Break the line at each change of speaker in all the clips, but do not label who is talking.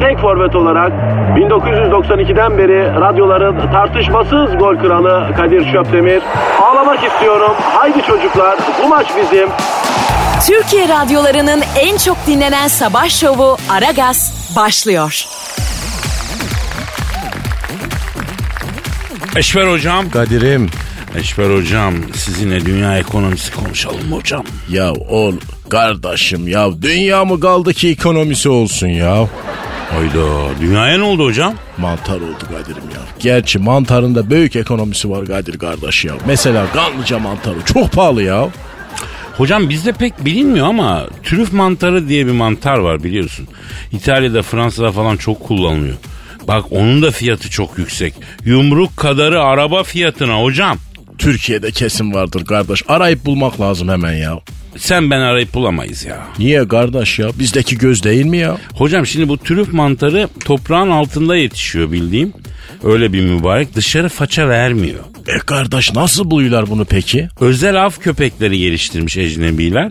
tek forvet olarak 1992'den beri radyoların tartışmasız gol kralı Kadir Şöpdemir. Ağlamak istiyorum. Haydi çocuklar bu maç bizim.
Türkiye radyolarının en çok dinlenen sabah şovu Aragaz başlıyor.
Eşber hocam.
Kadir'im.
Eşber hocam sizinle dünya ekonomisi konuşalım hocam.
Ya ol kardeşim ya dünya mı kaldı ki ekonomisi olsun ya.
Hayda dünyaya ne oldu hocam?
Mantar oldu Kadir'im ya. Gerçi mantarında büyük ekonomisi var Kadir kardeş ya. Mesela Kanlıca mantarı çok pahalı ya.
Hocam bizde pek bilinmiyor ama trüf mantarı diye bir mantar var biliyorsun. İtalya'da Fransa'da falan çok kullanılıyor. Bak onun da fiyatı çok yüksek. Yumruk kadarı araba fiyatına hocam.
Türkiye'de kesin vardır kardeş. Arayıp bulmak lazım hemen ya.
Sen ben arayıp bulamayız ya.
Niye kardeş ya? Bizdeki göz değil mi ya?
Hocam şimdi bu trüf mantarı toprağın altında yetişiyor bildiğim. Öyle bir mübarek dışarı faça vermiyor.
E kardeş nasıl buluyorlar bunu peki?
Özel av köpekleri geliştirmiş ecnebiler.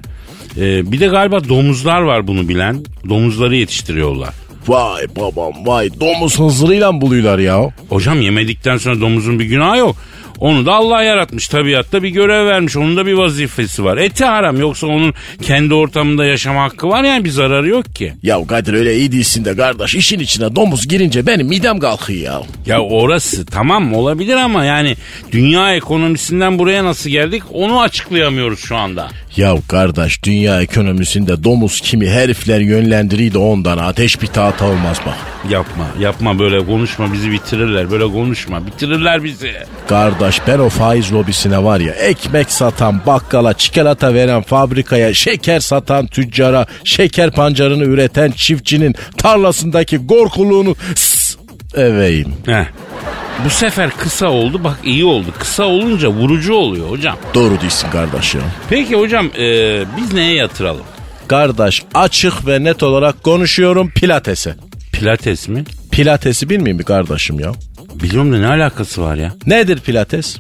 Ee, bir de galiba domuzlar var bunu bilen. Domuzları yetiştiriyorlar.
Vay babam vay domuz hızırıyla mı buluyorlar ya.
Hocam yemedikten sonra domuzun bir günahı yok. Onu da Allah yaratmış tabiatta bir görev vermiş. Onun da bir vazifesi var. Eti haram yoksa onun kendi ortamında yaşama hakkı var yani bir zararı yok ki.
Ya Kadir öyle iyi değilsin de kardeş işin içine domuz girince benim midem kalkıyor ya.
Ya orası tamam olabilir ama yani dünya ekonomisinden buraya nasıl geldik onu açıklayamıyoruz şu anda.
Ya kardeş dünya ekonomisinde domuz kimi herifler yönlendiriyor da ondan ateş bir tahta olmaz bak.
Yapma yapma böyle konuşma bizi bitirirler böyle konuşma bitirirler bizi.
Kardeş ben o faiz lobisine var ya ekmek satan bakkala çikolata veren fabrikaya şeker satan tüccara şeker pancarını üreten çiftçinin tarlasındaki gorkuluğunu s- eveyim.
Heh. Bu sefer kısa oldu bak iyi oldu kısa olunca vurucu oluyor hocam.
Doğru değilsin kardeş ya.
Peki hocam e, biz neye yatıralım?
Kardeş açık ve net olarak konuşuyorum pilatese.
Pilates mi?
Pilatesi bilmiyor mi kardeşim ya?
Biliyorum da ne alakası var ya?
Nedir pilates?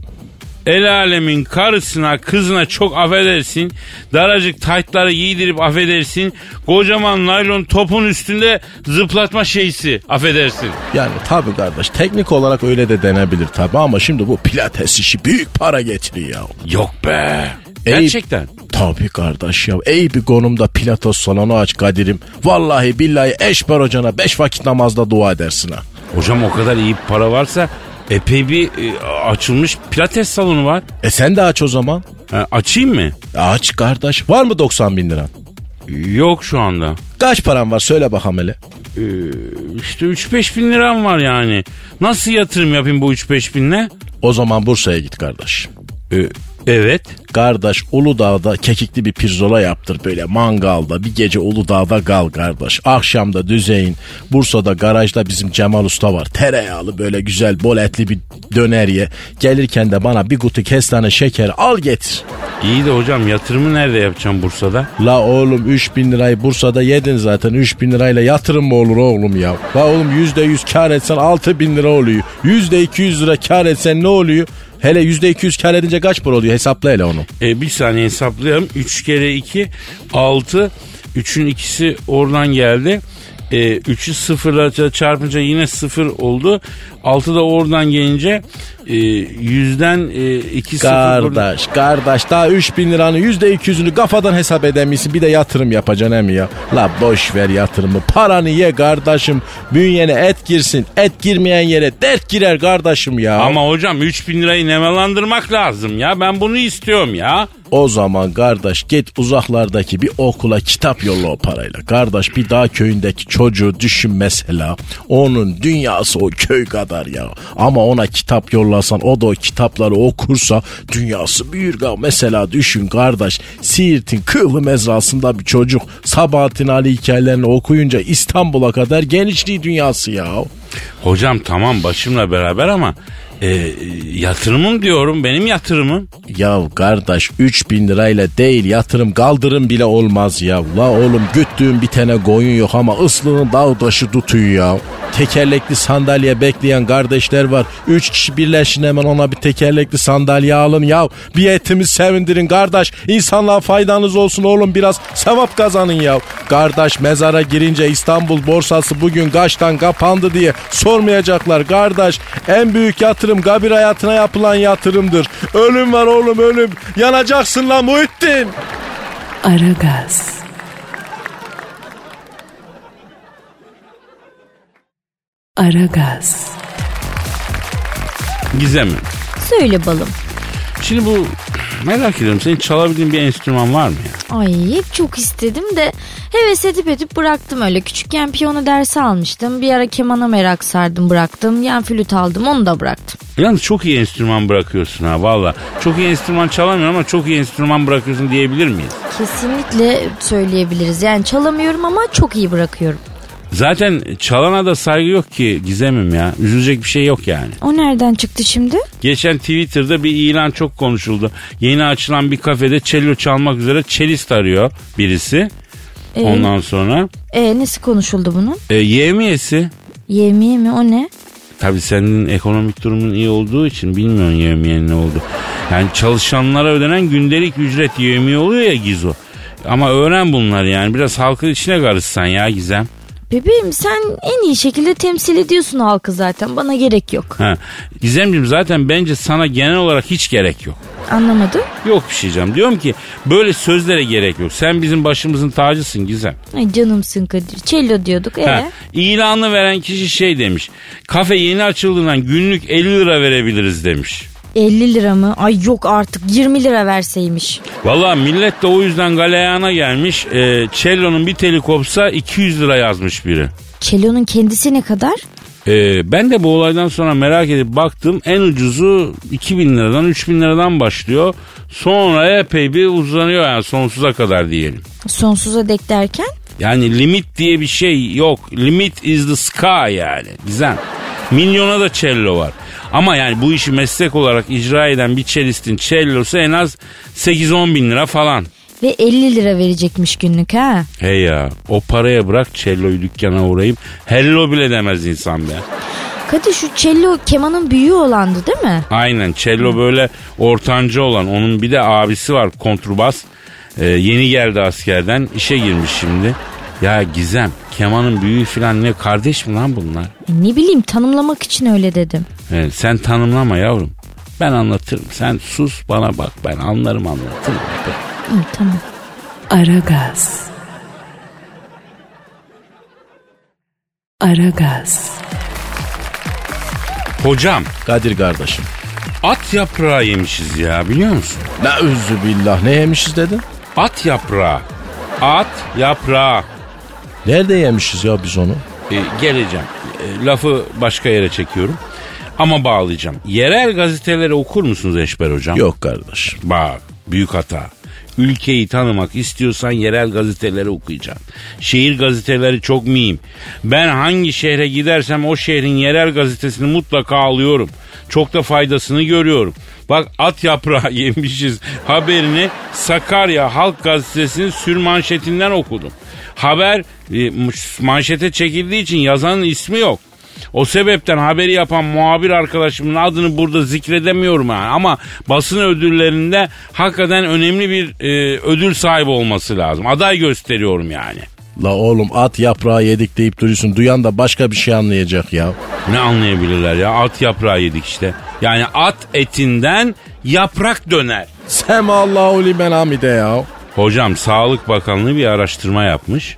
El alemin karısına kızına çok affedersin. Daracık taytları giydirip affedersin. Kocaman naylon topun üstünde zıplatma şeysi affedersin.
Yani tabii kardeş teknik olarak öyle de denebilir tabii ama şimdi bu pilates işi büyük para getiriyor ya.
Yok be.
Ey-
Gerçekten.
Tabii kardeş ya. Ey bir konumda pilates salonu aç Kadir'im. Vallahi billahi eşber hocana beş vakit namazda dua edersin ha.
Hocam o kadar iyi para varsa epey bir e, açılmış pilates salonu var.
E sen de aç o zaman.
E, açayım mı?
E aç kardeş. Var mı 90 bin liran?
Yok şu anda.
Kaç paran var söyle bakalım hele.
E, işte 3-5 bin liram var yani. Nasıl yatırım yapayım bu 3-5 binle?
O zaman Bursa'ya git kardeş.
E, evet.
Kardeş Uludağ'da kekikli bir pirzola yaptır böyle mangalda bir gece Uludağ'da kal kardeş. Akşamda düzeyin Bursa'da garajda bizim Cemal Usta var. Tereyağlı böyle güzel bol etli bir döner ye. Gelirken de bana bir kutu kestane şekeri al getir.
İyi de hocam yatırımı nerede yapacağım Bursa'da?
La oğlum 3000 lirayı Bursa'da yedin zaten 3000 lirayla yatırım mı olur oğlum ya? La oğlum %100 kar etsen 6000 lira oluyor. %200 lira kar etsen ne oluyor? Hele %200 kar edince kaç para oluyor hesapla hele onu.
E, bir saniye hesaplayalım. 3 kere 2 6. 3'ün ikisi oradan geldi. E, 3'ü sıfırla çarpınca yine sıfır oldu. 6 da oradan gelince e, yüzden e, 2 sıfır.
Kardeş, kardeş daha 3000 liranın %200'ünü kafadan hesap edemişsin. Bir de yatırım yapacaksın hem ya. La boş ver yatırımı. Paranı ye kardeşim. Bünyene et girsin. Et girmeyen yere dert girer kardeşim ya.
Ama hocam 3000 lirayı nemalandırmak lazım ya. Ben bunu istiyorum ya.
O zaman kardeş git uzaklardaki bir okula kitap yolla o parayla. Kardeş bir dağ köyündeki çocuğu düşün mesela. Onun dünyası o köy kadar kadar ya. Ama ona kitap yollasan o da o kitapları okursa dünyası büyür. Ya. Mesela düşün kardeş Siirt'in kığlı mezrasında bir çocuk Sabahattin Ali hikayelerini okuyunca İstanbul'a kadar genişliği dünyası ya.
Hocam tamam başımla beraber ama e, yatırımım diyorum benim yatırımım.
Ya kardeş 3000 lirayla değil yatırım kaldırım bile olmaz ya. La oğlum güttüğün bir tane koyun yok ama ıslığın dağ taşı tutuyor ya. Tekerlekli sandalye bekleyen kardeşler var. 3 kişi birleşin hemen ona bir tekerlekli sandalye alın ya. Bir etimi sevindirin kardeş. İnsanlığa faydanız olsun oğlum biraz sevap kazanın ya. Kardeş mezara girince İstanbul borsası bugün kaçtan kapandı diye sormayacaklar kardeş. En büyük yatırım kabir hayatına yapılan yatırımdır. Ölüm var oğlum ölüm. Yanacaksın lan Muhittin.
Aragaz, Aragaz,
Gizem'im.
Söyle balım.
Şimdi bu merak ediyorum senin çalabildiğin bir enstrüman var mı ya?
Ay hep çok istedim de heves edip edip bıraktım öyle. Küçükken piyano dersi almıştım. Bir ara kemana merak sardım bıraktım. Yan flüt aldım onu da bıraktım.
Yalnız çok iyi enstrüman bırakıyorsun ha valla. Çok iyi enstrüman çalamıyorum ama çok iyi enstrüman bırakıyorsun diyebilir miyiz?
Kesinlikle söyleyebiliriz. Yani çalamıyorum ama çok iyi bırakıyorum.
Zaten çalana da saygı yok ki Gizem'im ya. Üzülecek bir şey yok yani.
O nereden çıktı şimdi?
Geçen Twitter'da bir ilan çok konuşuldu. Yeni açılan bir kafede cello çalmak üzere çelist arıyor birisi.
Ee?
Ondan sonra
E nasıl konuşuldu bunun?
e, yevmiyesi.
Yemeği mi o ne?
Tabii senin ekonomik durumun iyi olduğu için bilmiyorsun yevmiyenin ne oldu. Yani çalışanlara ödenen gündelik ücret yevmiye oluyor ya Gizo. Ama öğren bunları yani. Biraz halkın içine karışsan ya Gizem.
Bebeğim sen en iyi şekilde temsil ediyorsun halkı zaten. Bana gerek yok.
Ha. Gizemciğim zaten bence sana genel olarak hiç gerek yok.
Anlamadım.
Yok bir şey canım. Diyorum ki böyle sözlere gerek yok. Sen bizim başımızın tacısın Gizem.
Ay canımsın Kadir. Cello diyorduk. E?
Ha, ilanı veren kişi şey demiş. Kafe yeni açıldığından günlük 50 lira verebiliriz demiş.
50 lira mı? Ay yok artık 20 lira verseymiş.
Valla millet de o yüzden galeyana gelmiş. Ee, cello'nun bir teli kopsa 200 lira yazmış biri.
Çelonun kendisi ne kadar?
Ee, ben de bu olaydan sonra merak edip baktım. En ucuzu 2000 liradan 3000 liradan başlıyor. Sonra epey bir uzanıyor yani sonsuza kadar diyelim.
Sonsuza dek derken?
Yani limit diye bir şey yok. Limit is the sky yani. Gizem. Milyona da cello var. Ama yani bu işi meslek olarak icra eden bir çelistin cellosu en az 8-10 bin lira falan.
Ve 50 lira verecekmiş günlük ha.
Hey ya o paraya bırak celloyu dükkana uğrayıp hello bile demez insan be.
Kadir şu cello kemanın büyüğü olandı değil mi?
Aynen cello böyle ortanca olan onun bir de abisi var kontrbas. Ee, yeni geldi askerden işe girmiş şimdi. Ya Gizem kemanın büyüğü falan ne kardeş mi lan bunlar?
E ne bileyim tanımlamak için öyle dedim.
Ee, sen tanımlama yavrum. Ben anlatırım. Sen sus bana bak ben anlarım anlatırım.
İyi tamam.
Aragaz, Aragaz.
Hocam
Kadir kardeşim.
at yaprağı yemişiz ya biliyor musun?
La özü billah ne yemişiz dedin?
At yaprağı. At yaprağı.
Nerede yemişiz ya biz onu?
Ee, geleceğim. Ee, lafı başka yere çekiyorum. Ama bağlayacağım. Yerel gazeteleri okur musunuz Eşber Hocam?
Yok kardeş.
Bak büyük hata. Ülkeyi tanımak istiyorsan yerel gazeteleri okuyacaksın. Şehir gazeteleri çok mühim. Ben hangi şehre gidersem o şehrin yerel gazetesini mutlaka alıyorum. Çok da faydasını görüyorum. Bak at yaprağı yemişiz haberini Sakarya Halk Gazetesi'nin sürmanşetinden okudum. Haber e, manşete çekildiği için yazanın ismi yok. O sebepten haberi yapan muhabir arkadaşımın adını burada zikredemiyorum yani. ama basın ödüllerinde hakikaten önemli bir e, ödül sahibi olması lazım. Aday gösteriyorum yani.
La oğlum at yaprağı yedik deyip duruyorsun. Duyan da başka bir şey anlayacak ya.
Ne anlayabilirler ya at yaprağı yedik işte. Yani at etinden yaprak döner.
Semallahu limen hamide ya.
Hocam Sağlık Bakanlığı bir araştırma yapmış.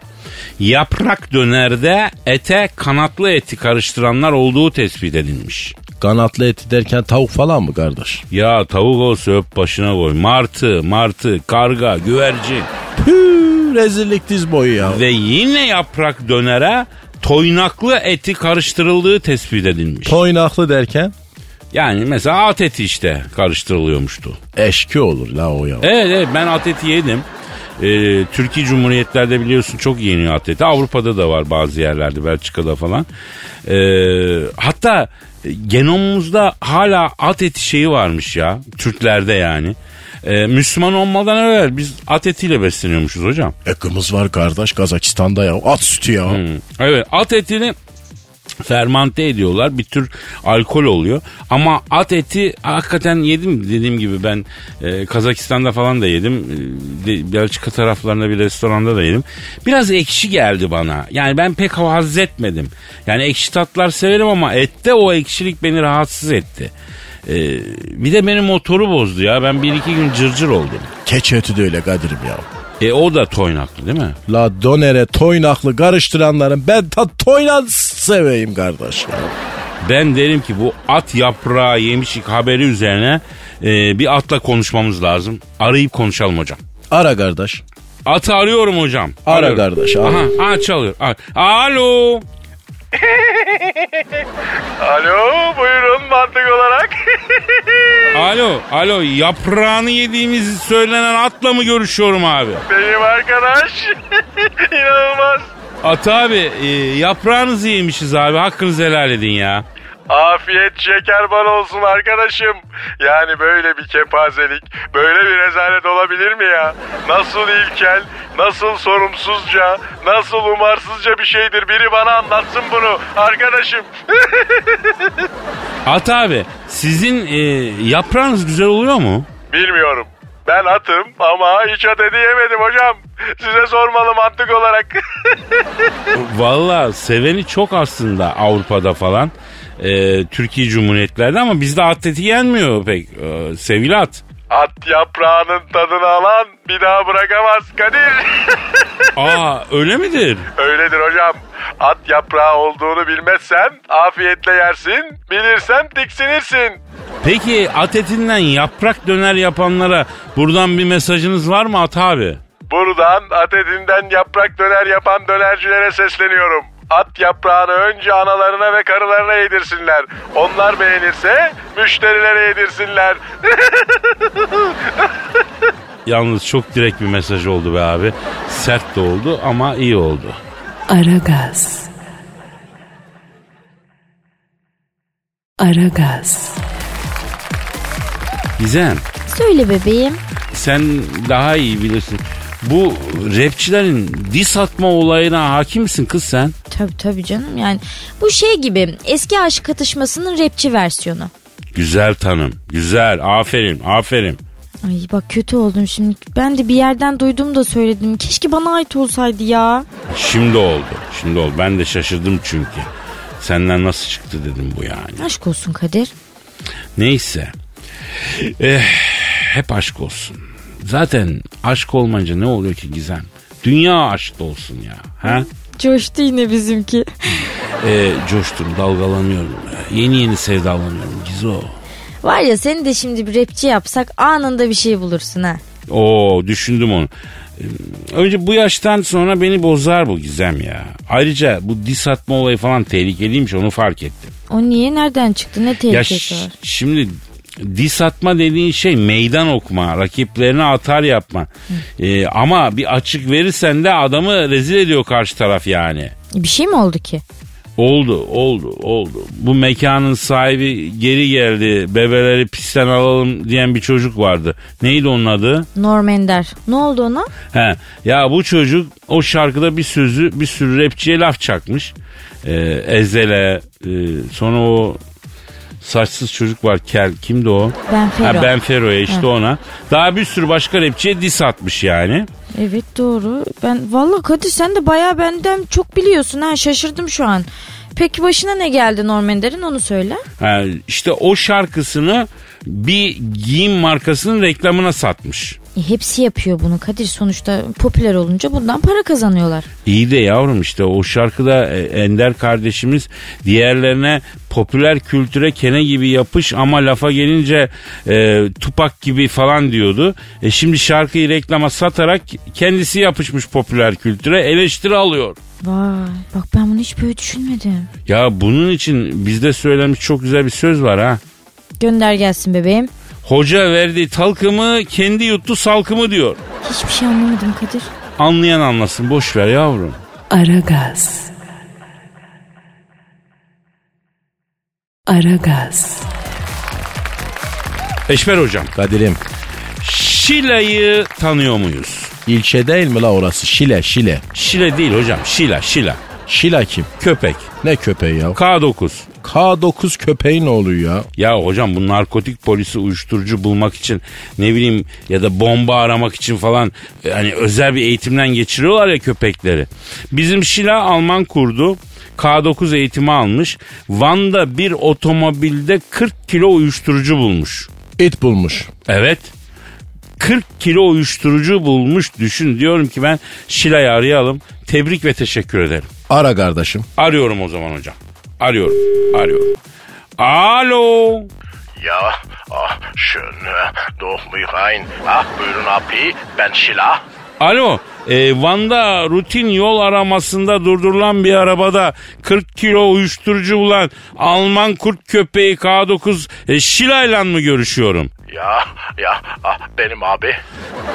Yaprak dönerde ete kanatlı eti karıştıranlar olduğu tespit edilmiş.
Kanatlı eti derken tavuk falan mı kardeş?
Ya tavuk olsa öp başına koy. Martı, martı, karga, güvercin.
Püh rezillik diz boyu ya.
Ve yine yaprak dönere toynaklı eti karıştırıldığı tespit edilmiş.
Toynaklı derken?
Yani mesela at eti işte karıştırılıyormuştu.
Eşki olur la o ya.
Evet evet ben at eti yedim. Ee, Türkiye Cumhuriyetler'de biliyorsun çok yeniyor at eti. Avrupa'da da var bazı yerlerde Belçika'da falan. Ee, hatta genomumuzda hala at eti şeyi varmış ya Türklerde yani. Ee, Müslüman olmadan evvel biz at etiyle besleniyormuşuz hocam.
Ekımız var kardeş Kazakistan'da ya. At sütü ya.
Evet at etini fermante ediyorlar. Bir tür alkol oluyor. Ama at eti hakikaten yedim dediğim gibi ben e, Kazakistan'da falan da yedim. E, de- Belçika taraflarında bir restoranda da yedim. Biraz ekşi geldi bana. Yani ben pek haz etmedim. Yani ekşi tatlar severim ama ette o ekşilik beni rahatsız etti. E, bir de benim motoru bozdu ya. Ben bir iki gün cırcır oldum.
Keçi eti de öyle Kadir'im ya.
E o da toynaklı değil mi?
La donere toynaklı karıştıranların ben ta toynak seveyim kardeş ya.
Ben derim ki bu at yaprağı yemişik haberi üzerine e, bir atla konuşmamız lazım. Arayıp konuşalım hocam.
Ara kardeş.
Atı arıyorum hocam.
Ara
Arıyorum.
kardeş, ara.
Aha, aha çalıyor. Aa, Alo.
Alo buyurun mantık olarak.
Alo. Alo. Yaprağını yediğimiz söylenen atla mı görüşüyorum abi?
Benim arkadaş. İnanılmaz.
At abi e, yaprağınızı yemişiz abi. Hakkınızı helal edin ya.
Afiyet şeker bal olsun arkadaşım. Yani böyle bir kepazelik, böyle bir rezalet olabilir mi ya? Nasıl ilkel, nasıl sorumsuzca, nasıl umarsızca bir şeydir. Biri bana anlatsın bunu arkadaşım.
At abi sizin e, yaprağınız güzel oluyor mu?
Bilmiyorum. Ben atım ama hiç at edeyemedim hocam. Size sormalı mantık olarak.
Valla seveni çok aslında Avrupa'da falan. Ee, Türkiye Cumhuriyetlerde ama bizde atleti yenmiyor pek. Ee, sevgili at.
At yaprağının tadını alan bir daha bırakamaz Kadir.
Aa öyle midir?
Öyledir hocam. At yaprağı olduğunu bilmezsen afiyetle yersin, bilirsen tiksinirsin.
Peki at etinden yaprak döner yapanlara buradan bir mesajınız var mı at abi?
Buradan at etinden yaprak döner yapan dönercilere sesleniyorum. At yaprağını önce analarına ve karılarına yedirsinler. Onlar beğenirse müşterilere yedirsinler.
Yalnız çok direkt bir mesaj oldu be abi. Sert de oldu ama iyi oldu.
Aragaz. Aragaz.
Gizem
Söyle bebeğim.
sen daha iyi bilirsin. Bu rapçilerin diss atma olayına hakimsin kız sen.
Tabii tabii canım yani bu şey gibi eski aşk katışmasının rapçi versiyonu.
Güzel tanım. Güzel. Aferin. Aferin.
Ay bak kötü oldum şimdi. Ben de bir yerden duydum da söyledim. Keşke bana ait olsaydı ya.
Şimdi oldu. Şimdi oldu. Ben de şaşırdım çünkü. Senden nasıl çıktı dedim bu yani.
Aşk olsun Kadir.
Neyse. Eh, hep aşk olsun. Zaten aşk olmayınca ne oluyor ki Gizem? Dünya aşkta olsun ya. Ha?
Coştu yine bizimki.
Eh, coştum, dalgalanıyorum. Eh, Yeni yeni sevdalanıyorum Gizo.
Var ya seni de şimdi bir rapçi yapsak anında bir şey bulursun ha.
Oo düşündüm onu. Ee, Önce bu yaştan sonra beni bozar bu Gizem ya. Ayrıca bu dis atma olayı falan tehlikeliymiş onu fark ettim.
O niye nereden çıktı ne
Ya
tehlikesi
ş-
var?
şimdi dis atma dediğin şey meydan okuma, rakiplerine atar yapma. Ee, ama bir açık verirsen de adamı rezil ediyor karşı taraf yani.
Bir şey mi oldu ki?
Oldu, oldu, oldu. Bu mekanın sahibi geri geldi, bebeleri pisten alalım diyen bir çocuk vardı. Neydi onun adı?
Norm Ender. Ne oldu ona?
He, ya bu çocuk o şarkıda bir sözü bir sürü rapçiye laf çakmış. Ee, Ezele, e, sonra o saçsız çocuk var Kel, kimdi o?
Ben Fero.
Ha, ben Fero'ya işte ona. Daha bir sürü başka rapçiye diss atmış yani.
Evet doğru. Ben valla Kadir sen de bayağı benden çok biliyorsun ha şaşırdım şu an. Peki başına ne geldi Norm Ender'in onu söyle.
Ha, işte o şarkısını bir giyim markasının reklamına satmış.
E, hepsi yapıyor bunu Kadir. Sonuçta popüler olunca bundan para kazanıyorlar.
İyi de yavrum işte o şarkıda e, Ender kardeşimiz diğerlerine popüler kültüre kene gibi yapış ama lafa gelince e, tupak gibi falan diyordu. E şimdi şarkıyı reklama satarak kendisi yapışmış popüler kültüre eleştiri alıyor.
Vay bak ben bunu hiç böyle düşünmedim.
Ya bunun için bizde söylenmiş çok güzel bir söz var ha.
Gönder gelsin bebeğim.
Hoca verdiği talkımı kendi yuttu salkımı diyor.
Hiçbir şey anlamadım Kadir.
Anlayan anlasın boş ver yavrum.
Aragaz. Aragaz.
Eşber hocam
Kadir'im
Şila'yı tanıyor muyuz?
ilçe değil mi la orası? Şile Şile.
Şile değil hocam Şila Şila.
Şila kim?
Köpek.
Ne köpeği ya?
K9.
K9 köpeği ne oluyor ya?
Ya hocam bu narkotik polisi uyuşturucu bulmak için ne bileyim ya da bomba aramak için falan e, hani özel bir eğitimden geçiriyorlar ya köpekleri. Bizim Şila Alman kurdu. K9 eğitimi almış. Van'da bir otomobilde 40 kilo uyuşturucu bulmuş.
İt bulmuş.
Evet. 40 kilo uyuşturucu bulmuş düşün. Diyorum ki ben Şila'yı arayalım. Tebrik ve teşekkür ederim.
Ara kardeşim.
Arıyorum o zaman hocam. Arıyorum. Arıyorum. Alo.
Ja, ah, schön, doch mich rein. Ah, buyurun abi, ben Şila.
Alo. e, Van'da rutin yol aramasında durdurulan bir arabada 40 kilo uyuşturucu bulan Alman kurt köpeği K9 e, Şilay'la mı görüşüyorum?
Ya, ya, ah, benim abi.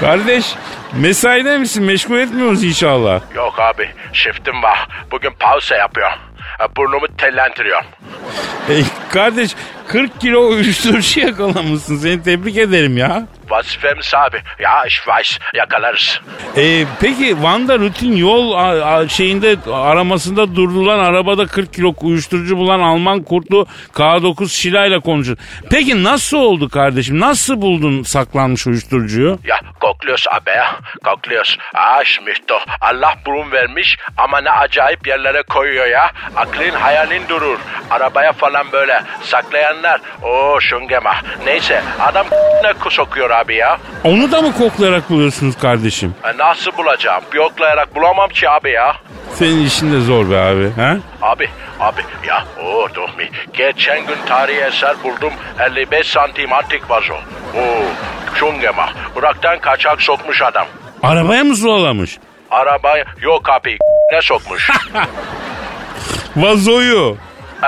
Kardeş mesaide misin? Meşgul etmiyoruz inşallah.
Yok abi, shiftim var. Bugün pausa yapıyorum. Ha, Burnumu tellendiriyorum.
E, kardeş 40 kilo uyuşturucu yakalamışsın. Seni tebrik ederim ya.
Vazifemiz abi. Ya, ich weiß, yakalarız.
E, peki Van'da rutin yol a- a- şeyinde aramasında durdurulan arabada 40 kilo uyuşturucu bulan Alman kurtlu K9 Şila'yla konuşur. Peki nasıl oldu kardeşim? Nasıl buldun saklanmış uyuşturucuyu?
Ja, kokluyoruz abi ya. Kokluyoruz. Ah şimdi doch. Allah burun vermiş ama ne acayip yerlere koyuyor ya. Aklın hayalin durur. Arabaya falan böyle saklayanlar. Oo şungema. Neyse adam ne sokuyor abi ya.
Onu da mı koklayarak buluyorsunuz kardeşim?
E, nasıl bulacağım? Bir oklayarak bulamam ki abi ya.
Senin işin de zor be abi. He?
Abi, abi ya o Dohmi. Geçen gün tarihi eser buldum. 55 santim antik vazo. Oo şungema. Irak'tan kaçak sokmuş adam.
Arabaya mı zulalamış?
Araba yok abi ne sokmuş.
Vazoyu.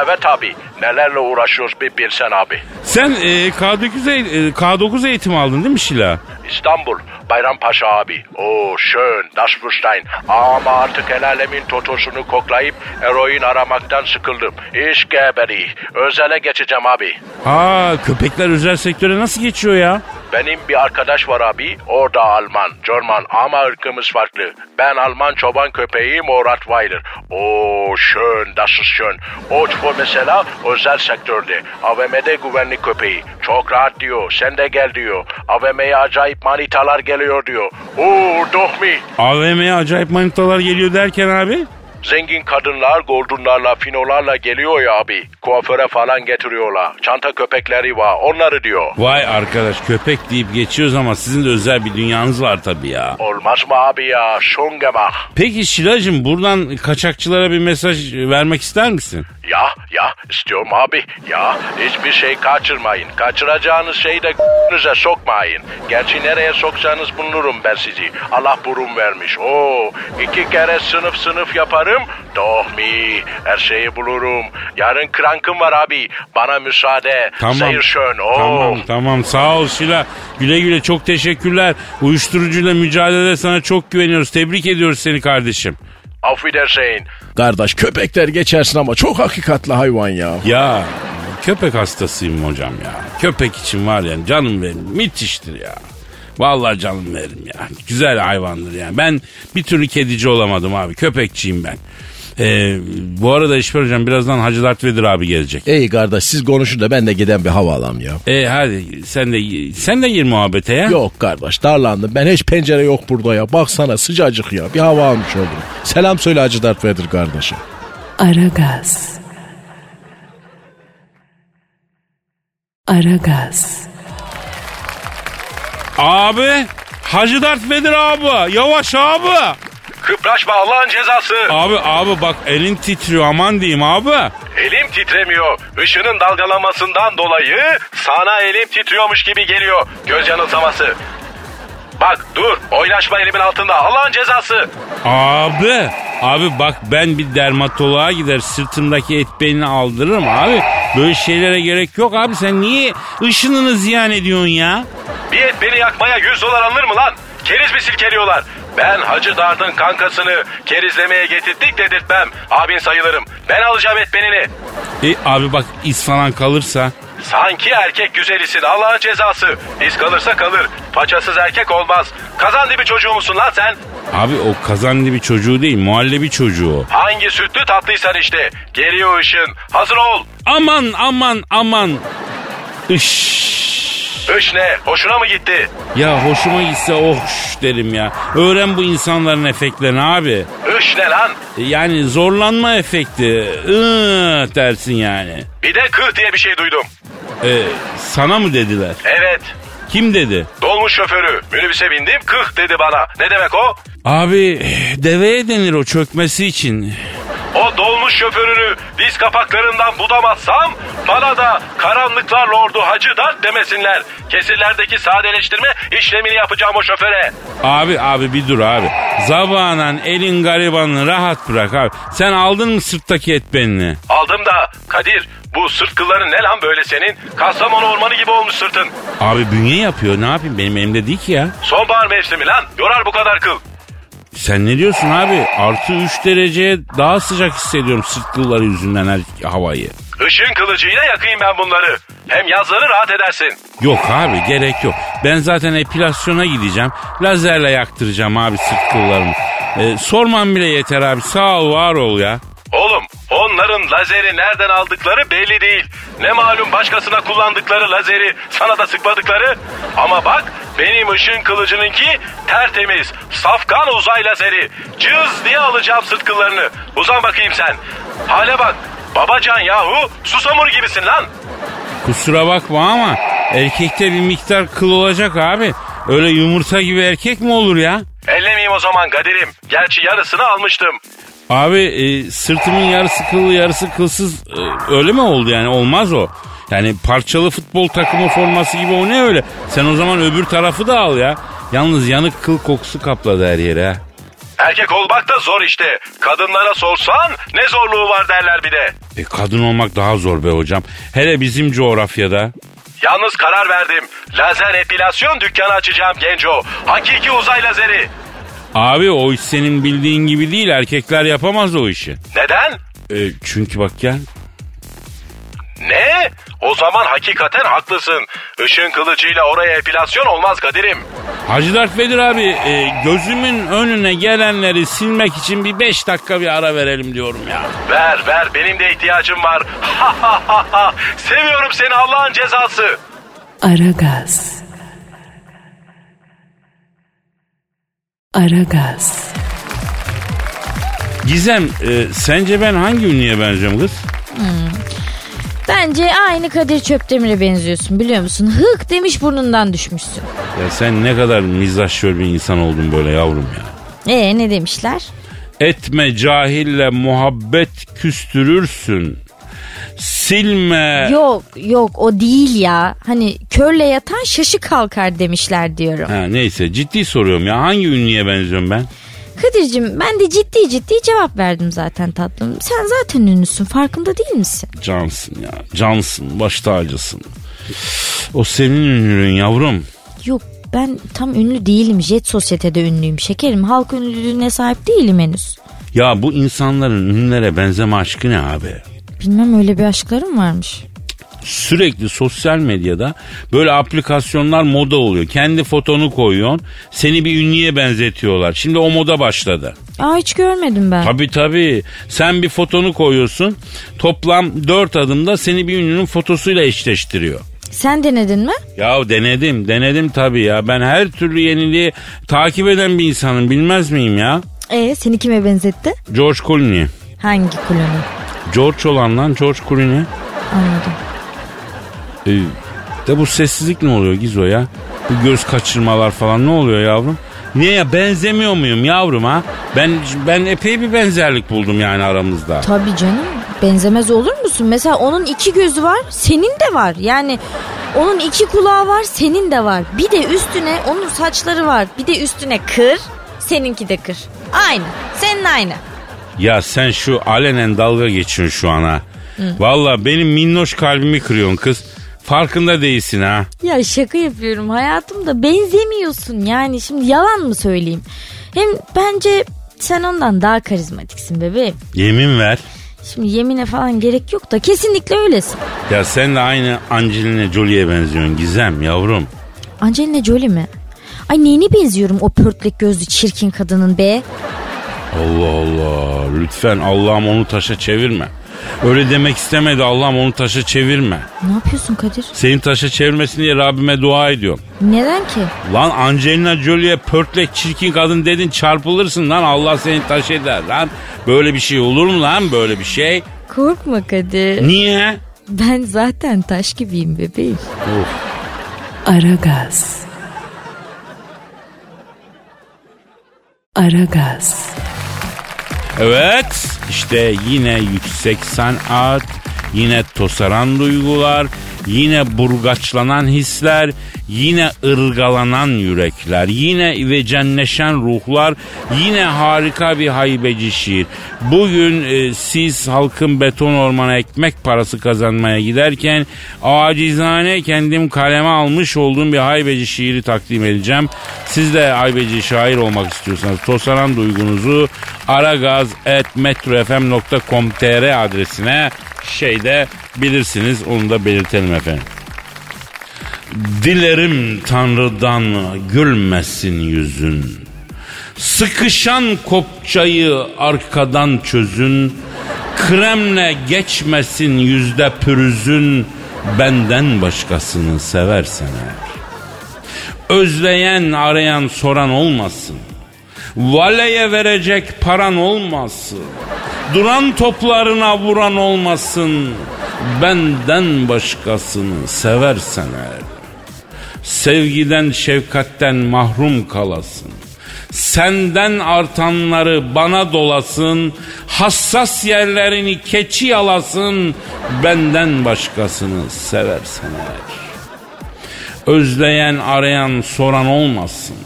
Evet abi. Nelerle uğraşıyoruz bir bilsen abi.
Sen e, K9, eğ- e, K9 eğitimi aldın değil mi Şila?
İstanbul, Bayrampaşa abi. Oo schön, das Verstein. Ama artık el alemin totosunu koklayıp eroin aramaktan sıkıldım. İş geberi. Özele geçeceğim abi.
Aa köpekler özel sektöre nasıl geçiyor ya?
Benim bir arkadaş var abi. O da Alman, Cerman ama ırkımız farklı. Ben Alman çoban köpeğim o Rottweiler. Oo schön, das ist schön. O tipo mesela özel sektörde. AVM'de güvenlik köpeği. Çok rahat diyor. Sen de gel diyor. AVM'ye acayip manitalar geliyor diyor. Oo doch mi?
AVM'ye acayip manitalar geliyor derken abi.
Zengin kadınlar goldunlarla, finolarla geliyor ya abi. Kuaföre falan getiriyorlar. Çanta köpekleri var. Onları diyor.
Vay arkadaş köpek deyip geçiyoruz ama sizin de özel bir dünyanız var tabii ya.
Olmaz mı abi ya? Şungemak.
Peki Şilacım buradan kaçakçılara bir mesaj vermek ister misin?
Ya ya istiyorum abi ya hiçbir şey kaçırmayın. Kaçıracağınız şeyi de k***nize sokmayın. Gerçi nereye soksanız bulurum ben sizi. Allah burun vermiş. Oo iki kere sınıf sınıf yaparım. Doh mi her şeyi bulurum. Yarın krankım var abi. Bana müsaade. Seyir şön. Oo.
Tamam tamam sağ ol Şila. Güle güle çok teşekkürler. Uyuşturucuyla mücadelede sana çok güveniyoruz. Tebrik ediyoruz seni kardeşim.
Affiderseyn.
Kardeş köpekler geçersin ama çok hakikatli hayvan ya.
Ya köpek hastasıyım hocam ya. Köpek için var ya canım benim müthiştir ya. Vallahi canım benim ya. Güzel hayvandır yani. Ben bir türlü kedici olamadım abi. Köpekçiyim ben. Ee, bu arada İşber Hocam birazdan Hacı Dert Vedir abi gelecek.
İyi kardeş siz konuşun da ben de giden bir hava alayım ya.
Ee, hadi sen de sen de gir muhabbete ya.
Yok kardeş darlandım ben hiç pencere yok burada ya. Baksana sıcacık ya bir hava almış oldum. Selam söyle Hacı Dert Vedir kardeşim.
Aragaz. Aragaz.
Abi Hacı Dert Vedir abi. Yavaş abi.
Kıpraşma Allah'ın cezası.
Abi abi bak elin titriyor aman diyeyim abi.
Elim titremiyor. Işının dalgalamasından dolayı sana elim titriyormuş gibi geliyor. Göz yanılsaması. Bak dur oynaşma elimin altında Allah'ın cezası.
Abi abi bak ben bir dermatoloğa gider sırtımdaki et beynini aldırırım abi. Böyle şeylere gerek yok abi sen niye ışınını ziyan ediyorsun ya?
Bir et beni yakmaya 100 dolar alınır mı lan? Keriz mi silkeliyorlar? Ben Hacı Dard'ın kankasını kerizlemeye getirdik dedirtmem. Abin sayılırım. Ben alacağım et benini.
E abi bak iz falan kalırsa.
Sanki erkek güzelisin Allah'ın cezası. İz kalırsa kalır. Paçasız erkek olmaz. Kazan dibi çocuğu musun lan sen?
Abi o kazan bir çocuğu değil muhallebi çocuğu o.
Hangi sütlü tatlıysan işte. Geliyor ışın. Hazır ol.
Aman aman aman. Iş.
Üç ne? Hoşuna mı gitti?
Ya hoşuma gitse oh şş derim ya. Öğren bu insanların efektlerini abi. E,
Üç ne lan?
Yani zorlanma efekti. Iı dersin yani.
Bir de kıh diye bir şey duydum.
E, sana mı dediler?
Evet.
Kim dedi?
Dolmuş şoförü. Minibüse bindim kıh dedi bana. Ne demek o?
Abi deveye denir o çökmesi için.
O dolmuş şoförünü diz kapaklarından budamazsam bana da karanlıklar lordu hacı dert demesinler. Kesirlerdeki sadeleştirme işlemini yapacağım o şoföre.
Abi abi bir dur abi. Zabanan elin garibanını rahat bırak abi. Sen aldın mı sırttaki et benini?
Aldım da Kadir bu sırt kılların ne lan böyle senin? Kastamonu ormanı gibi olmuş sırtın.
Abi bünye yapıyor ne yapayım benim elimde değil ki ya.
Sonbahar mevsimi lan yorar bu kadar kıl.
Sen ne diyorsun abi? Artı 3 dereceye daha sıcak hissediyorum sırt kılları yüzünden her havayı.
Işın kılıcıyla yakayım ben bunları. Hem yazları rahat edersin.
Yok abi gerek yok. Ben zaten epilasyona gideceğim. Lazerle yaktıracağım abi sırt kıllarımı. Ee, sorman bile yeter abi. Sağ ol var ol ya.
Oğlum onların lazeri nereden aldıkları belli değil. Ne malum başkasına kullandıkları lazeri sana da sıkmadıkları. Ama bak benim ışın kılıcınınki tertemiz. Safkan uzay lazeri. Cız diye alacağım sırt kıllarını. Uzan bakayım sen. Hale bak. Babacan yahu susamur gibisin lan.
Kusura bakma ama erkekte bir miktar kıl olacak abi. Öyle yumurta gibi erkek mi olur ya?
Ellemeyeyim o zaman Kadir'im. Gerçi yarısını almıştım.
Abi e, sırtımın yarısı kıllı yarısı kılsız e, öyle mi oldu yani olmaz o. Yani parçalı futbol takımı forması gibi o ne öyle. Sen o zaman öbür tarafı da al ya. Yalnız yanık kıl kokusu kapladı her yere ha.
Erkek olmak da zor işte. Kadınlara sorsan ne zorluğu var derler bir de.
E, kadın olmak daha zor be hocam. Hele bizim coğrafyada.
Yalnız karar verdim. Lazer epilasyon dükkanı açacağım genco. Hakiki uzay lazeri.
Abi o iş senin bildiğin gibi değil. Erkekler yapamaz o işi.
Neden?
E, çünkü bak gel.
Ne? O zaman hakikaten haklısın. Işın kılıcıyla oraya epilasyon olmaz Kadir'im.
Hacı Dert Vedir abi e, gözümün önüne gelenleri silmek için bir 5 dakika bir ara verelim diyorum ya.
Ver ver benim de ihtiyacım var. Seviyorum seni Allah'ın cezası.
Aragaz. Aragaz.
Gizem e, sence ben hangi ünlüye benziyorum kız?
Bence aynı Kadir Çöpdemir'e benziyorsun biliyor musun? Hık demiş burnundan düşmüşsün.
Ya sen ne kadar mizahşör bir insan oldun böyle yavrum ya.
Ee ne demişler?
Etme cahille muhabbet küstürürsün. Silme.
Yok yok o değil ya. Hani körle yatan şaşı kalkar demişler diyorum.
Ha, neyse ciddi soruyorum ya hangi ünlüye benziyorum ben?
Kadir'cim ben de ciddi ciddi cevap verdim zaten tatlım. Sen zaten ünlüsün farkında değil misin?
Cansın ya. Cansın. Baş tacısın. O senin ünlülüğün yavrum.
Yok ben tam ünlü değilim. Jet sosyetede ünlüyüm şekerim. Halk ünlülüğüne sahip değilim henüz.
Ya bu insanların ünlülere benzeme aşkı ne abi?
Bilmem öyle bir aşklarım varmış.
Sürekli sosyal medyada böyle aplikasyonlar moda oluyor. Kendi fotonu koyuyorsun. Seni bir ünlüye benzetiyorlar. Şimdi o moda başladı.
Aa hiç görmedim ben.
Tabii tabii. Sen bir fotonu koyuyorsun. Toplam dört adımda seni bir ünlünün fotosuyla eşleştiriyor.
Sen denedin mi?
Ya denedim, denedim tabii ya. Ben her türlü yeniliği takip eden bir insanım bilmez miyim ya?
Ee seni kime benzetti?
George Clooney.
Hangi kulonu?
George olan lan George Clooney.
Anladım.
Ee, de bu sessizlik ne oluyor Gizo ya? Bu göz kaçırmalar falan ne oluyor yavrum? Niye ya benzemiyor muyum yavrum ha? Ben ben epey bir benzerlik buldum yani aramızda.
Tabii canım. Benzemez olur musun? Mesela onun iki gözü var, senin de var. Yani onun iki kulağı var, senin de var. Bir de üstüne onun saçları var. Bir de üstüne kır, seninki de kır. Aynı. Senin aynı.
Ya sen şu alenen dalga geçiyorsun şu an ha. Valla benim minnoş kalbimi kırıyorsun kız. Farkında değilsin ha.
Ya şaka yapıyorum hayatım da benzemiyorsun yani şimdi yalan mı söyleyeyim? Hem bence sen ondan daha karizmatiksin bebeğim.
Yemin ver.
Şimdi yemine falan gerek yok da kesinlikle öylesin.
Ya sen de aynı Angelina Jolie'ye benziyorsun Gizem yavrum.
Angelina Jolie mi? Ay neyine benziyorum o pörtlek gözlü çirkin kadının be?
Allah Allah. Lütfen Allah'ım onu taşa çevirme. Öyle demek istemedi Allah'ım onu taşa çevirme.
Ne yapıyorsun Kadir?
Senin taşa çevirmesin diye Rabbime dua ediyorum.
Neden ki?
Lan Angelina Jolie'ye pörtlek çirkin kadın dedin çarpılırsın lan Allah seni taş eder lan. Böyle bir şey olur mu lan böyle bir şey?
Korkma Kadir.
Niye?
Ben zaten taş gibiyim bebeğim.
Aragaz. Aragaz.
Evet işte yine yüksek sanat, yine tosaran duygular, yine burgaçlanan hisler, yine ırgalanan yürekler, yine ve cenneşen ruhlar, yine harika bir haybeci şiir. Bugün e, siz halkın beton ormana ekmek parası kazanmaya giderken acizane kendim kaleme almış olduğum bir haybeci şiiri takdim edeceğim. Siz de haybeci şair olmak istiyorsanız tosaran duygunuzu aragaz.metrofm.com.tr adresine şeyde bilirsiniz. Onu da belirtelim efendim. Dilerim Tanrı'dan gülmesin yüzün. Sıkışan kopçayı arkadan çözün. Kremle geçmesin yüzde pürüzün. Benden başkasını seversen eğer. Özleyen arayan soran olmasın. Valeye verecek paran olmasın. Duran toplarına vuran olmasın. Benden başkasını seversen eğer. Sevgiden şefkatten mahrum kalasın. Senden artanları bana dolasın. Hassas yerlerini keçi yalasın. Benden başkasını seversen eğer. Özleyen arayan soran olmasın.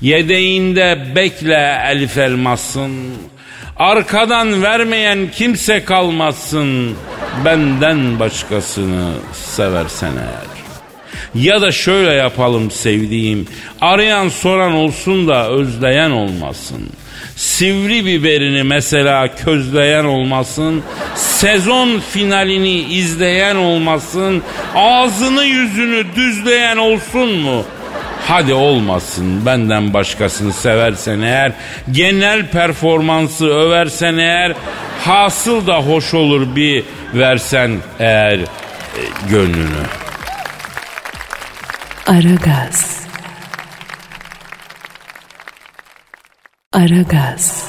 Yedeğinde bekle elif elmasın. Arkadan vermeyen kimse kalmasın. Benden başkasını seversen eğer. Ya da şöyle yapalım sevdiğim. Arayan soran olsun da özleyen olmasın. Sivri biberini mesela közleyen olmasın. Sezon finalini izleyen olmasın. Ağzını yüzünü düzleyen olsun mu? Hadi olmasın benden başkasını seversen eğer, genel performansı översen eğer, hasıl da hoş olur bir versen eğer e, gönlünü.
Aragaz. Aragaz.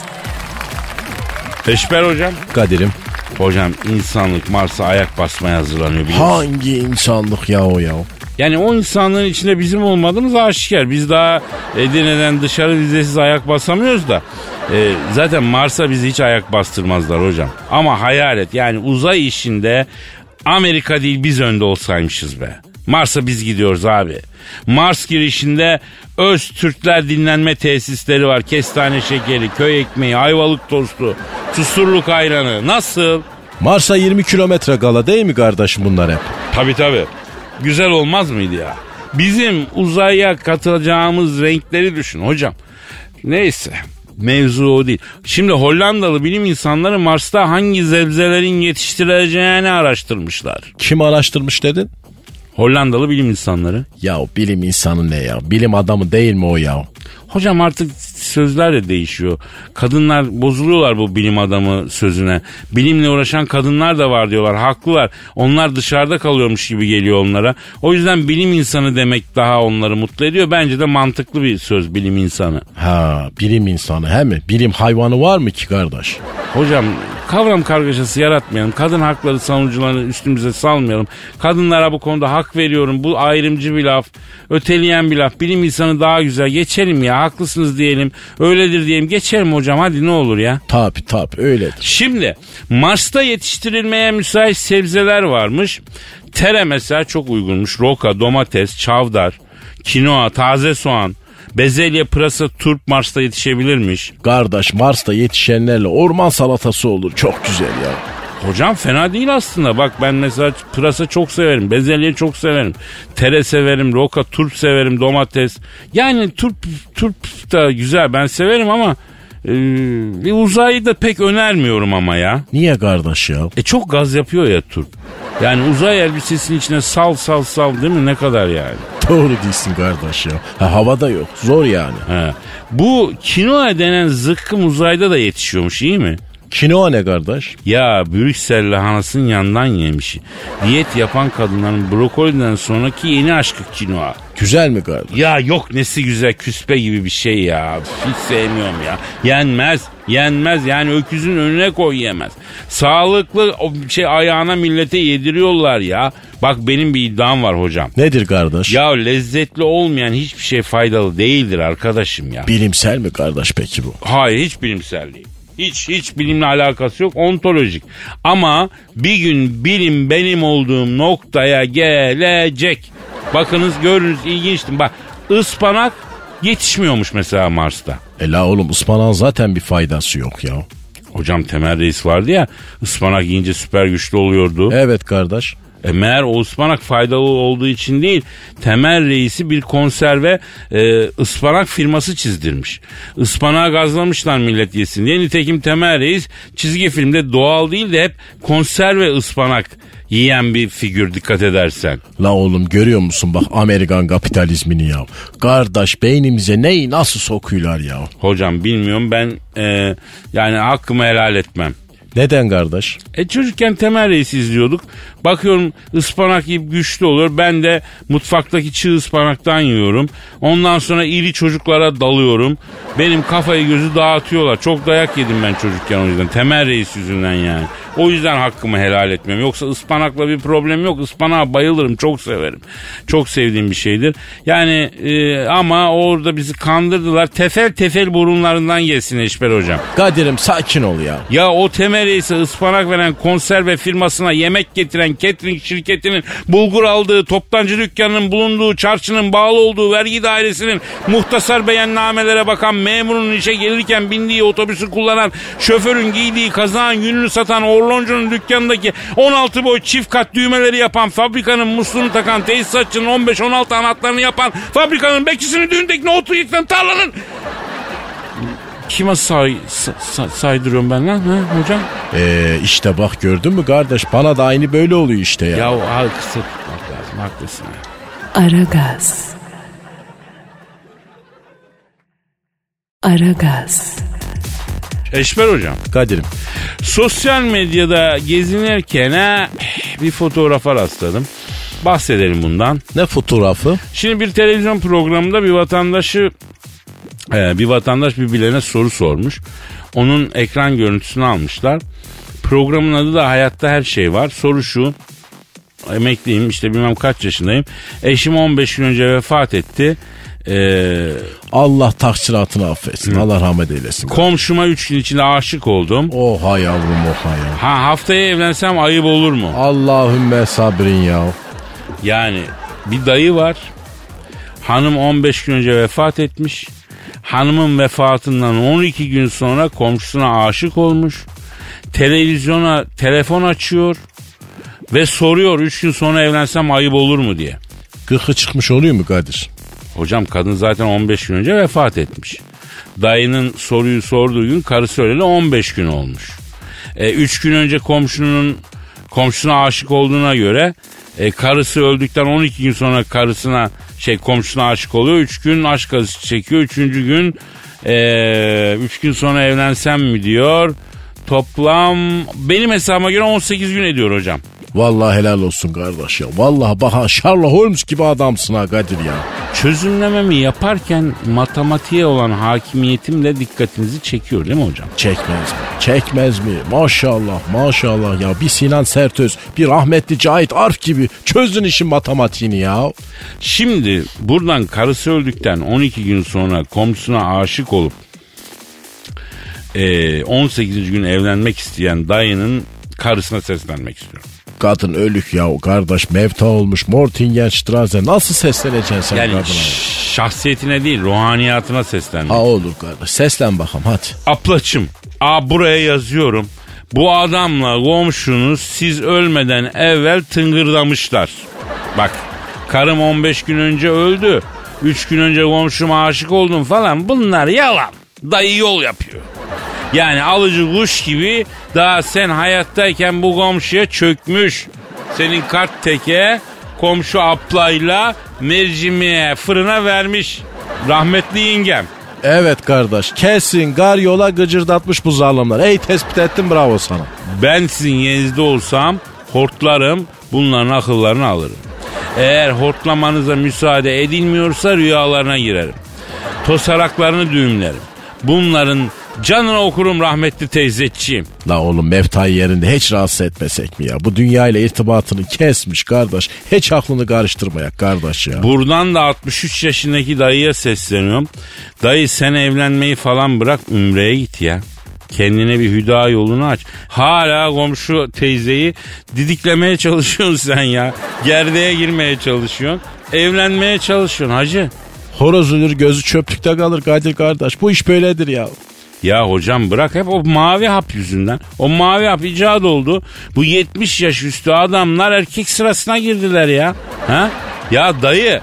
Eşber hocam.
Kadir'im.
Hocam insanlık Mars'a ayak basmaya hazırlanıyor biliyorsun.
Hangi insanlık ya o ya?
Yani o insanların içinde bizim olmadığımız aşikar. Biz daha Edirne'den dışarı vizesiz ayak basamıyoruz da. E, zaten Mars'a bizi hiç ayak bastırmazlar hocam. Ama hayal et yani uzay işinde Amerika değil biz önde olsaymışız be. Mars'a biz gidiyoruz abi. Mars girişinde öz Türkler dinlenme tesisleri var. Kestane şekeri, köy ekmeği, ayvalık tostu, susurluk ayranı. Nasıl?
Mars'a 20 kilometre kala değil mi kardeşim bunlar hep?
Tabi tabi. Güzel olmaz mıydı ya? Bizim uzaya katılacağımız renkleri düşün hocam. Neyse mevzu o değil. Şimdi Hollandalı bilim insanları Mars'ta hangi zebzelerin yetiştirileceğini araştırmışlar.
Kim araştırmış dedin?
Hollandalı bilim insanları.
Ya o bilim insanı ne ya? Bilim adamı değil mi o ya?
Hocam artık sözler de değişiyor. Kadınlar bozuluyorlar bu bilim adamı sözüne. Bilimle uğraşan kadınlar da var diyorlar. Haklılar. Onlar dışarıda kalıyormuş gibi geliyor onlara. O yüzden bilim insanı demek daha onları mutlu ediyor. Bence de mantıklı bir söz bilim insanı.
Ha bilim insanı he mi? Bilim hayvanı var mı ki kardeş?
Hocam Kavram kargaşası yaratmayalım. Kadın hakları savunucularını üstümüze salmayalım. Kadınlara bu konuda hak veriyorum. Bu ayrımcı bir laf. Öteleyen bir laf. Bilim insanı daha güzel. Geçelim ya. Haklısınız diyelim. Öyledir diyelim. Geçelim hocam. Hadi ne olur ya.
Tabi tabi öyledir.
Şimdi Mars'ta yetiştirilmeye müsait sebzeler varmış. Tere mesela çok uygunmuş. Roka, domates, çavdar, kinoa, taze soğan, bezelye, pırasa, turp Mars'ta yetişebilirmiş.
Kardeş Mars'ta yetişenlerle orman salatası olur. Çok güzel ya.
Hocam fena değil aslında. Bak ben mesela pırasa çok severim. Bezelye çok severim. Tere severim. Roka, turp severim. Domates. Yani turp, turp da güzel. Ben severim ama e, bir uzayı da pek önermiyorum ama ya.
Niye kardeş ya?
E çok gaz yapıyor ya turp. Yani uzay elbisesinin içine sal sal sal değil mi? Ne kadar yani?
Doğru değilsin kardeş ya. Ha, havada yok. Zor yani.
He. Bu kinoa denen zıkkım uzayda da yetişiyormuş iyi mi?
Kinoa ne kardeş?
Ya Brüksel lahanasının yandan yemişi. Diyet yapan kadınların brokoliden sonraki yeni aşkı kinoa.
Güzel mi kardeş?
Ya yok nesi güzel küspe gibi bir şey ya. Hiç sevmiyorum ya. Yenmez, yenmez. Yani öküzün önüne koy yemez. Sağlıklı o şey ayağına millete yediriyorlar ya. Bak benim bir iddiam var hocam.
Nedir kardeş?
Ya lezzetli olmayan hiçbir şey faydalı değildir arkadaşım ya.
Bilimsel mi kardeş peki bu?
Hayır hiç bilimsel değil. Hiç hiç bilimle alakası yok ontolojik. Ama bir gün bilim benim olduğum noktaya gelecek. Bakınız görünüz ilginçtim. Bak ıspanak yetişmiyormuş mesela Mars'ta.
E la oğlum ıspanağın zaten bir faydası yok ya.
Hocam Temel Reis vardı ya ıspanak yiyince süper güçlü oluyordu.
Evet kardeş.
E meğer o ıspanak faydalı olduğu için değil temel reisi bir konserve e, ıspanak firması çizdirmiş. Ispanağı gazlamışlar millet yesin diye. Nitekim temel reis çizgi filmde doğal değil de hep konserve ıspanak yiyen bir figür dikkat edersen.
La oğlum görüyor musun bak Amerikan kapitalizmini ya. Kardeş beynimize neyi nasıl sokuyorlar ya?
Hocam bilmiyorum ben e, yani hakkımı helal etmem.
Neden kardeş?
E çocukken Temel Reis'i izliyorduk. Bakıyorum ıspanak yiyip güçlü olur. Ben de mutfaktaki çığ ıspanaktan yiyorum. Ondan sonra iri çocuklara dalıyorum. Benim kafayı gözü dağıtıyorlar. Çok dayak yedim ben çocukken o yüzden. Temel Reis yüzünden yani. O yüzden hakkımı helal etmiyorum. Yoksa ıspanakla bir problem yok. Ispanağa bayılırım. Çok severim. Çok sevdiğim bir şeydir. Yani e, ama orada bizi kandırdılar. Tefel tefel burunlarından yesin Eşber Hocam.
Kadir'im sakin ol ya.
Ya o temel ise ıspanak veren konserve firmasına yemek getiren catering şirketinin bulgur aldığı, toptancı dükkanının bulunduğu, çarşının bağlı olduğu vergi dairesinin muhtasar beyannamelere bakan memurun işe gelirken bindiği otobüsü kullanan, şoförün giydiği kazağın yününü satan orloncunun dükkanındaki 16 boy çift kat düğmeleri yapan, fabrikanın musluğunu takan, tesisatçının 15-16 anahtarını yapan, fabrikanın bekçisini düğündeki otu yitiren tarlanın Kime say, sa- sa- saydırıyorum ben lan ha, hocam?
Ee, işte bak gördün mü kardeş bana da aynı böyle oluyor işte ya.
Ya o ağır kısa tutmak lazım haklısın.
Aragaz. Aragaz.
Eşber hocam.
Kadir'im
Sosyal medyada gezinirken ha, bir fotoğrafa rastladım. Bahsedelim bundan.
ne fotoğrafı?
Şimdi bir televizyon programında bir vatandaşı e, bir vatandaş birbirlerine soru sormuş. Onun ekran görüntüsünü almışlar. Programın adı da Hayatta Her Şey Var. Soru şu. Emekliyim işte bilmem kaç yaşındayım. Eşim 15 gün önce vefat etti. E, Eee
Allah taksiratını affetsin. Allah rahmet eylesin.
Komşuma 3 gün içinde aşık oldum.
oha yavrum oha ya.
Ha haftaya evlensem ayıp olur mu?
Allahümme sabrin ya.
Yani bir dayı var. Hanım 15 gün önce vefat etmiş. Hanımın vefatından 12 gün sonra komşusuna aşık olmuş. Televizyona telefon açıyor ve soruyor 3 gün sonra evlensem ayıp olur mu diye.
Gıkı çıkmış oluyor mu Kadir?
Hocam kadın zaten 15 gün önce vefat etmiş. Dayının soruyu sorduğu gün karısı öleli 15 gün olmuş. 3 gün önce komşunun komşuna aşık olduğuna göre e, karısı öldükten 12 gün sonra karısına şey komşuna aşık oluyor. 3 gün aşk acısı çekiyor. 3. gün 3 gün sonra evlensem mi diyor. Toplam benim hesabıma göre 18 gün ediyor hocam.
Vallahi helal olsun kardeş ya. Vallahi bak ha Sherlock Holmes gibi adamsın ha Kadir ya.
Çözümlememi yaparken matematiğe olan hakimiyetimle dikkatinizi çekiyor değil mi hocam?
Çekmez mi? Çekmez mi? Maşallah maşallah ya. Bir Sinan Sertöz, bir rahmetli Cahit Arf gibi çözdün işin matematiğini ya.
Şimdi buradan karısı öldükten 12 gün sonra komşusuna aşık olup eee, 18. gün evlenmek isteyen dayının karısına seslenmek istiyorum.
Kadın ölük ya o kardeş mevta olmuş Mortingenstrasse nasıl sesleneceksin sen
Yani
kadına? ya?
ş- şahsiyetine değil ruhaniyatına seslenmek.
Ha olur kardeş seslen bakalım hadi.
Aplaçım, a buraya yazıyorum. Bu adamla komşunuz siz ölmeden evvel tıngırdamışlar. Bak, karım 15 gün önce öldü. 3 gün önce komşuma aşık oldum falan. Bunlar yalan. Dayı yol yapıyor. Yani alıcı kuş gibi daha sen hayattayken bu komşuya çökmüş. Senin kart teke komşu aplayla mercimeğe fırına vermiş. Rahmetli yengem.
Evet kardeş kesin gar yola gıcırdatmış bu zalimler. Ey tespit ettin bravo sana.
Ben sizin yerinizde olsam hortlarım bunların akıllarını alırım. Eğer hortlamanıza müsaade edilmiyorsa rüyalarına girerim. Tosaraklarını düğümlerim. Bunların canına okurum rahmetli teyzeciğim.
La oğlum Meftay yerinde hiç rahatsız etmesek mi ya? Bu dünya ile irtibatını kesmiş kardeş. Hiç aklını karıştırmayak kardeş ya.
Buradan da 63 yaşındaki dayıya sesleniyorum. Dayı sen evlenmeyi falan bırak ümreye git ya. Kendine bir hüda yolunu aç. Hala komşu teyzeyi didiklemeye çalışıyorsun sen ya. Gerdeğe girmeye çalışıyorsun. Evlenmeye çalışıyorsun hacı.
Horoz ölür gözü çöplükte kalır Kadir kardeş. Bu iş böyledir ya.
Ya hocam bırak hep o mavi hap yüzünden. O mavi hap icat oldu. Bu 70 yaş üstü adamlar erkek sırasına girdiler ya. Ha? Ya dayı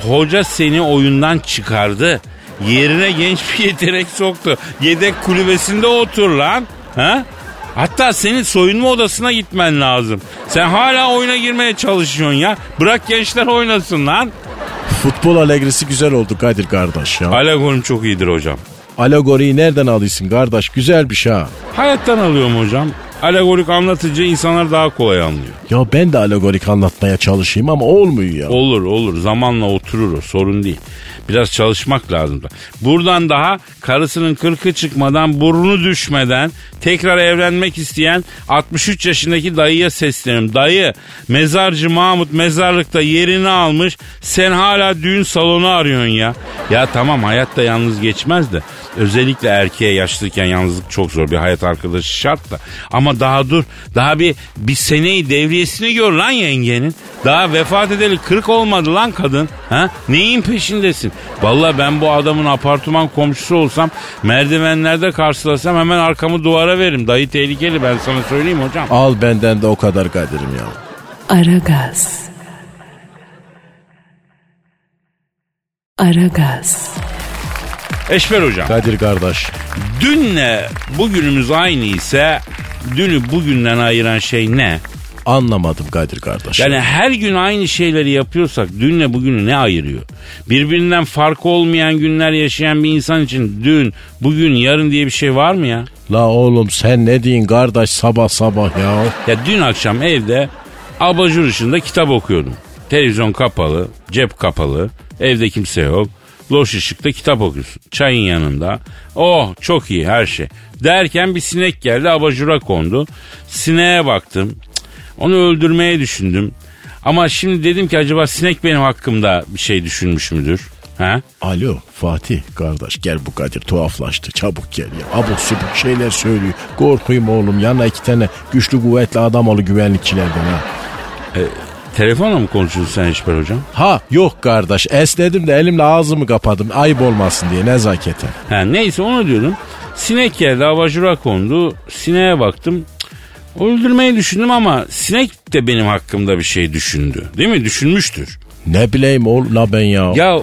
hoca seni oyundan çıkardı. Yerine genç bir yetenek soktu. Yedek kulübesinde otur lan. Ha? Hatta senin soyunma odasına gitmen lazım. Sen hala oyuna girmeye çalışıyorsun ya. Bırak gençler oynasın lan.
Futbol alegrisi güzel oldu Kadir kardeş ya.
Alegor'um çok iyidir hocam.
Alegoriyi nereden alıyorsun kardeş? Güzel bir şey ha.
Hayattan alıyorum hocam. Alegorik anlatıcı insanlar daha kolay anlıyor.
Ya ben de alegorik anlatmaya çalışayım ama olmuyor ya.
Olur olur zamanla oturur o sorun değil. Biraz çalışmak lazım da. Buradan daha karısının kırkı çıkmadan burnu düşmeden tekrar evlenmek isteyen 63 yaşındaki dayıya sesleniyorum. Dayı mezarcı Mahmut mezarlıkta yerini almış sen hala düğün salonu arıyorsun ya. Ya tamam hayatta yalnız geçmez de özellikle erkeğe yaşlıyken yalnızlık çok zor bir hayat arkadaşı şart da. Ama daha dur daha bir bir seneyi devriyesini gör lan yengenin. Daha vefat edeli 40 olmadı lan kadın. Ha? Neyin peşindesin? Vallahi ben bu adamın apartman komşusu olsam merdivenlerde karşılasam hemen arkamı duvara veririm. Dayı tehlikeli ben sana söyleyeyim hocam.
Al benden de o kadar Kadir'im ya.
Aragaz. Aragaz.
Eşber hocam.
Kadir kardeş.
Dünle bugünümüz aynı ise dünü bugünden ayıran şey ne?
Anlamadım Kadir kardeş.
Yani her gün aynı şeyleri yapıyorsak dünle bugünü ne ayırıyor? Birbirinden farkı olmayan günler yaşayan bir insan için dün, bugün, yarın diye bir şey var mı ya?
La oğlum sen ne diyin kardeş sabah sabah ya.
Ya dün akşam evde abajur ışığında kitap okuyordum. Televizyon kapalı, cep kapalı, evde kimse yok. Loş ışıkta kitap okuyorsun. Çayın yanında. Oh çok iyi her şey. Derken bir sinek geldi abajura kondu. Sineğe baktım. Cık, Onu öldürmeye düşündüm. Ama şimdi dedim ki acaba sinek benim hakkımda bir şey düşünmüş müdür? Ha?
Alo Fatih kardeş gel bu Kadir tuhaflaştı çabuk gel ya. Abuk subuk şeyler söylüyor. Korkuyum oğlum yanına iki tane güçlü kuvvetli adam ol güvenlikçilerden ha.
Telefonla mı konuşuyorsun sen Eşber hocam?
Ha yok kardeş esnedim de elimle ağzımı kapadım ayıp olmasın diye nezaketen.
Ha, neyse onu diyordum. Sinek geldi abajura kondu. Sineğe baktım. Cık, Öldürmeyi düşündüm ama sinek de benim hakkımda bir şey düşündü. Değil mi? Düşünmüştür.
Ne bileyim oğlum la ben ya. ya.
Ya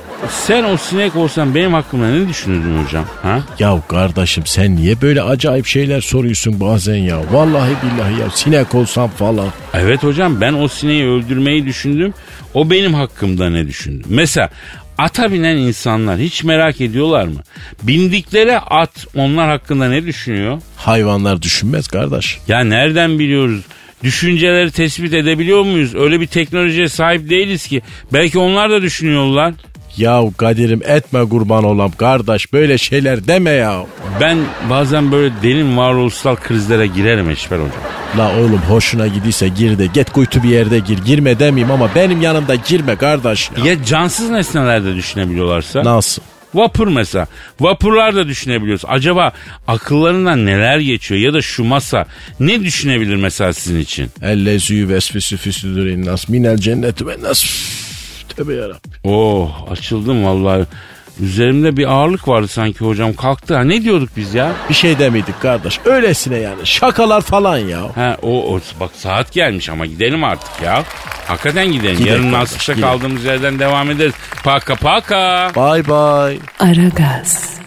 sen o sinek olsan benim hakkımda ne düşünürdün hocam? Ha?
kardeşim sen niye böyle acayip şeyler soruyorsun bazen ya. Vallahi billahi ya sinek olsam falan.
Evet hocam ben o sineği öldürmeyi düşündüm. O benim hakkımda ne düşündü? Mesela ata binen insanlar hiç merak ediyorlar mı? Bindikleri at onlar hakkında ne düşünüyor?
Hayvanlar düşünmez kardeş.
Ya nereden biliyoruz? düşünceleri tespit edebiliyor muyuz? Öyle bir teknolojiye sahip değiliz ki. Belki onlar da düşünüyorlar.
Ya Kadir'im etme kurban olam kardeş böyle şeyler deme ya.
Ben bazen böyle derin varoluşsal krizlere girerim Eşber Hocam.
La oğlum hoşuna gidiyse gir de get kuytu bir yerde gir. Girme demeyeyim ama benim yanımda girme kardeş ya.
Ya cansız nesnelerde düşünebiliyorlarsa?
Nasıl?
Vapur mesela. Vapurlar da düşünebiliyoruz. Acaba akıllarından neler geçiyor ya da şu masa ne düşünebilir mesela sizin için?
Ellezüyü vesvesi füsüdür innas minel cenneti ve nas. Tövbe yarabbim.
Oh açıldım vallahi. Üzerimde bir ağırlık vardı sanki hocam kalktı. Ha, ne diyorduk biz ya?
Bir şey demeydik kardeş. Öylesine yani. Şakalar falan ya.
Ha, o, o bak saat gelmiş ama gidelim artık ya. Hakikaten gidelim.
Gidelim
Yarın
kardeş,
nasipse
gidelim.
kaldığımız yerden devam ederiz. Paka paka.
Bay bay.
Aragaz.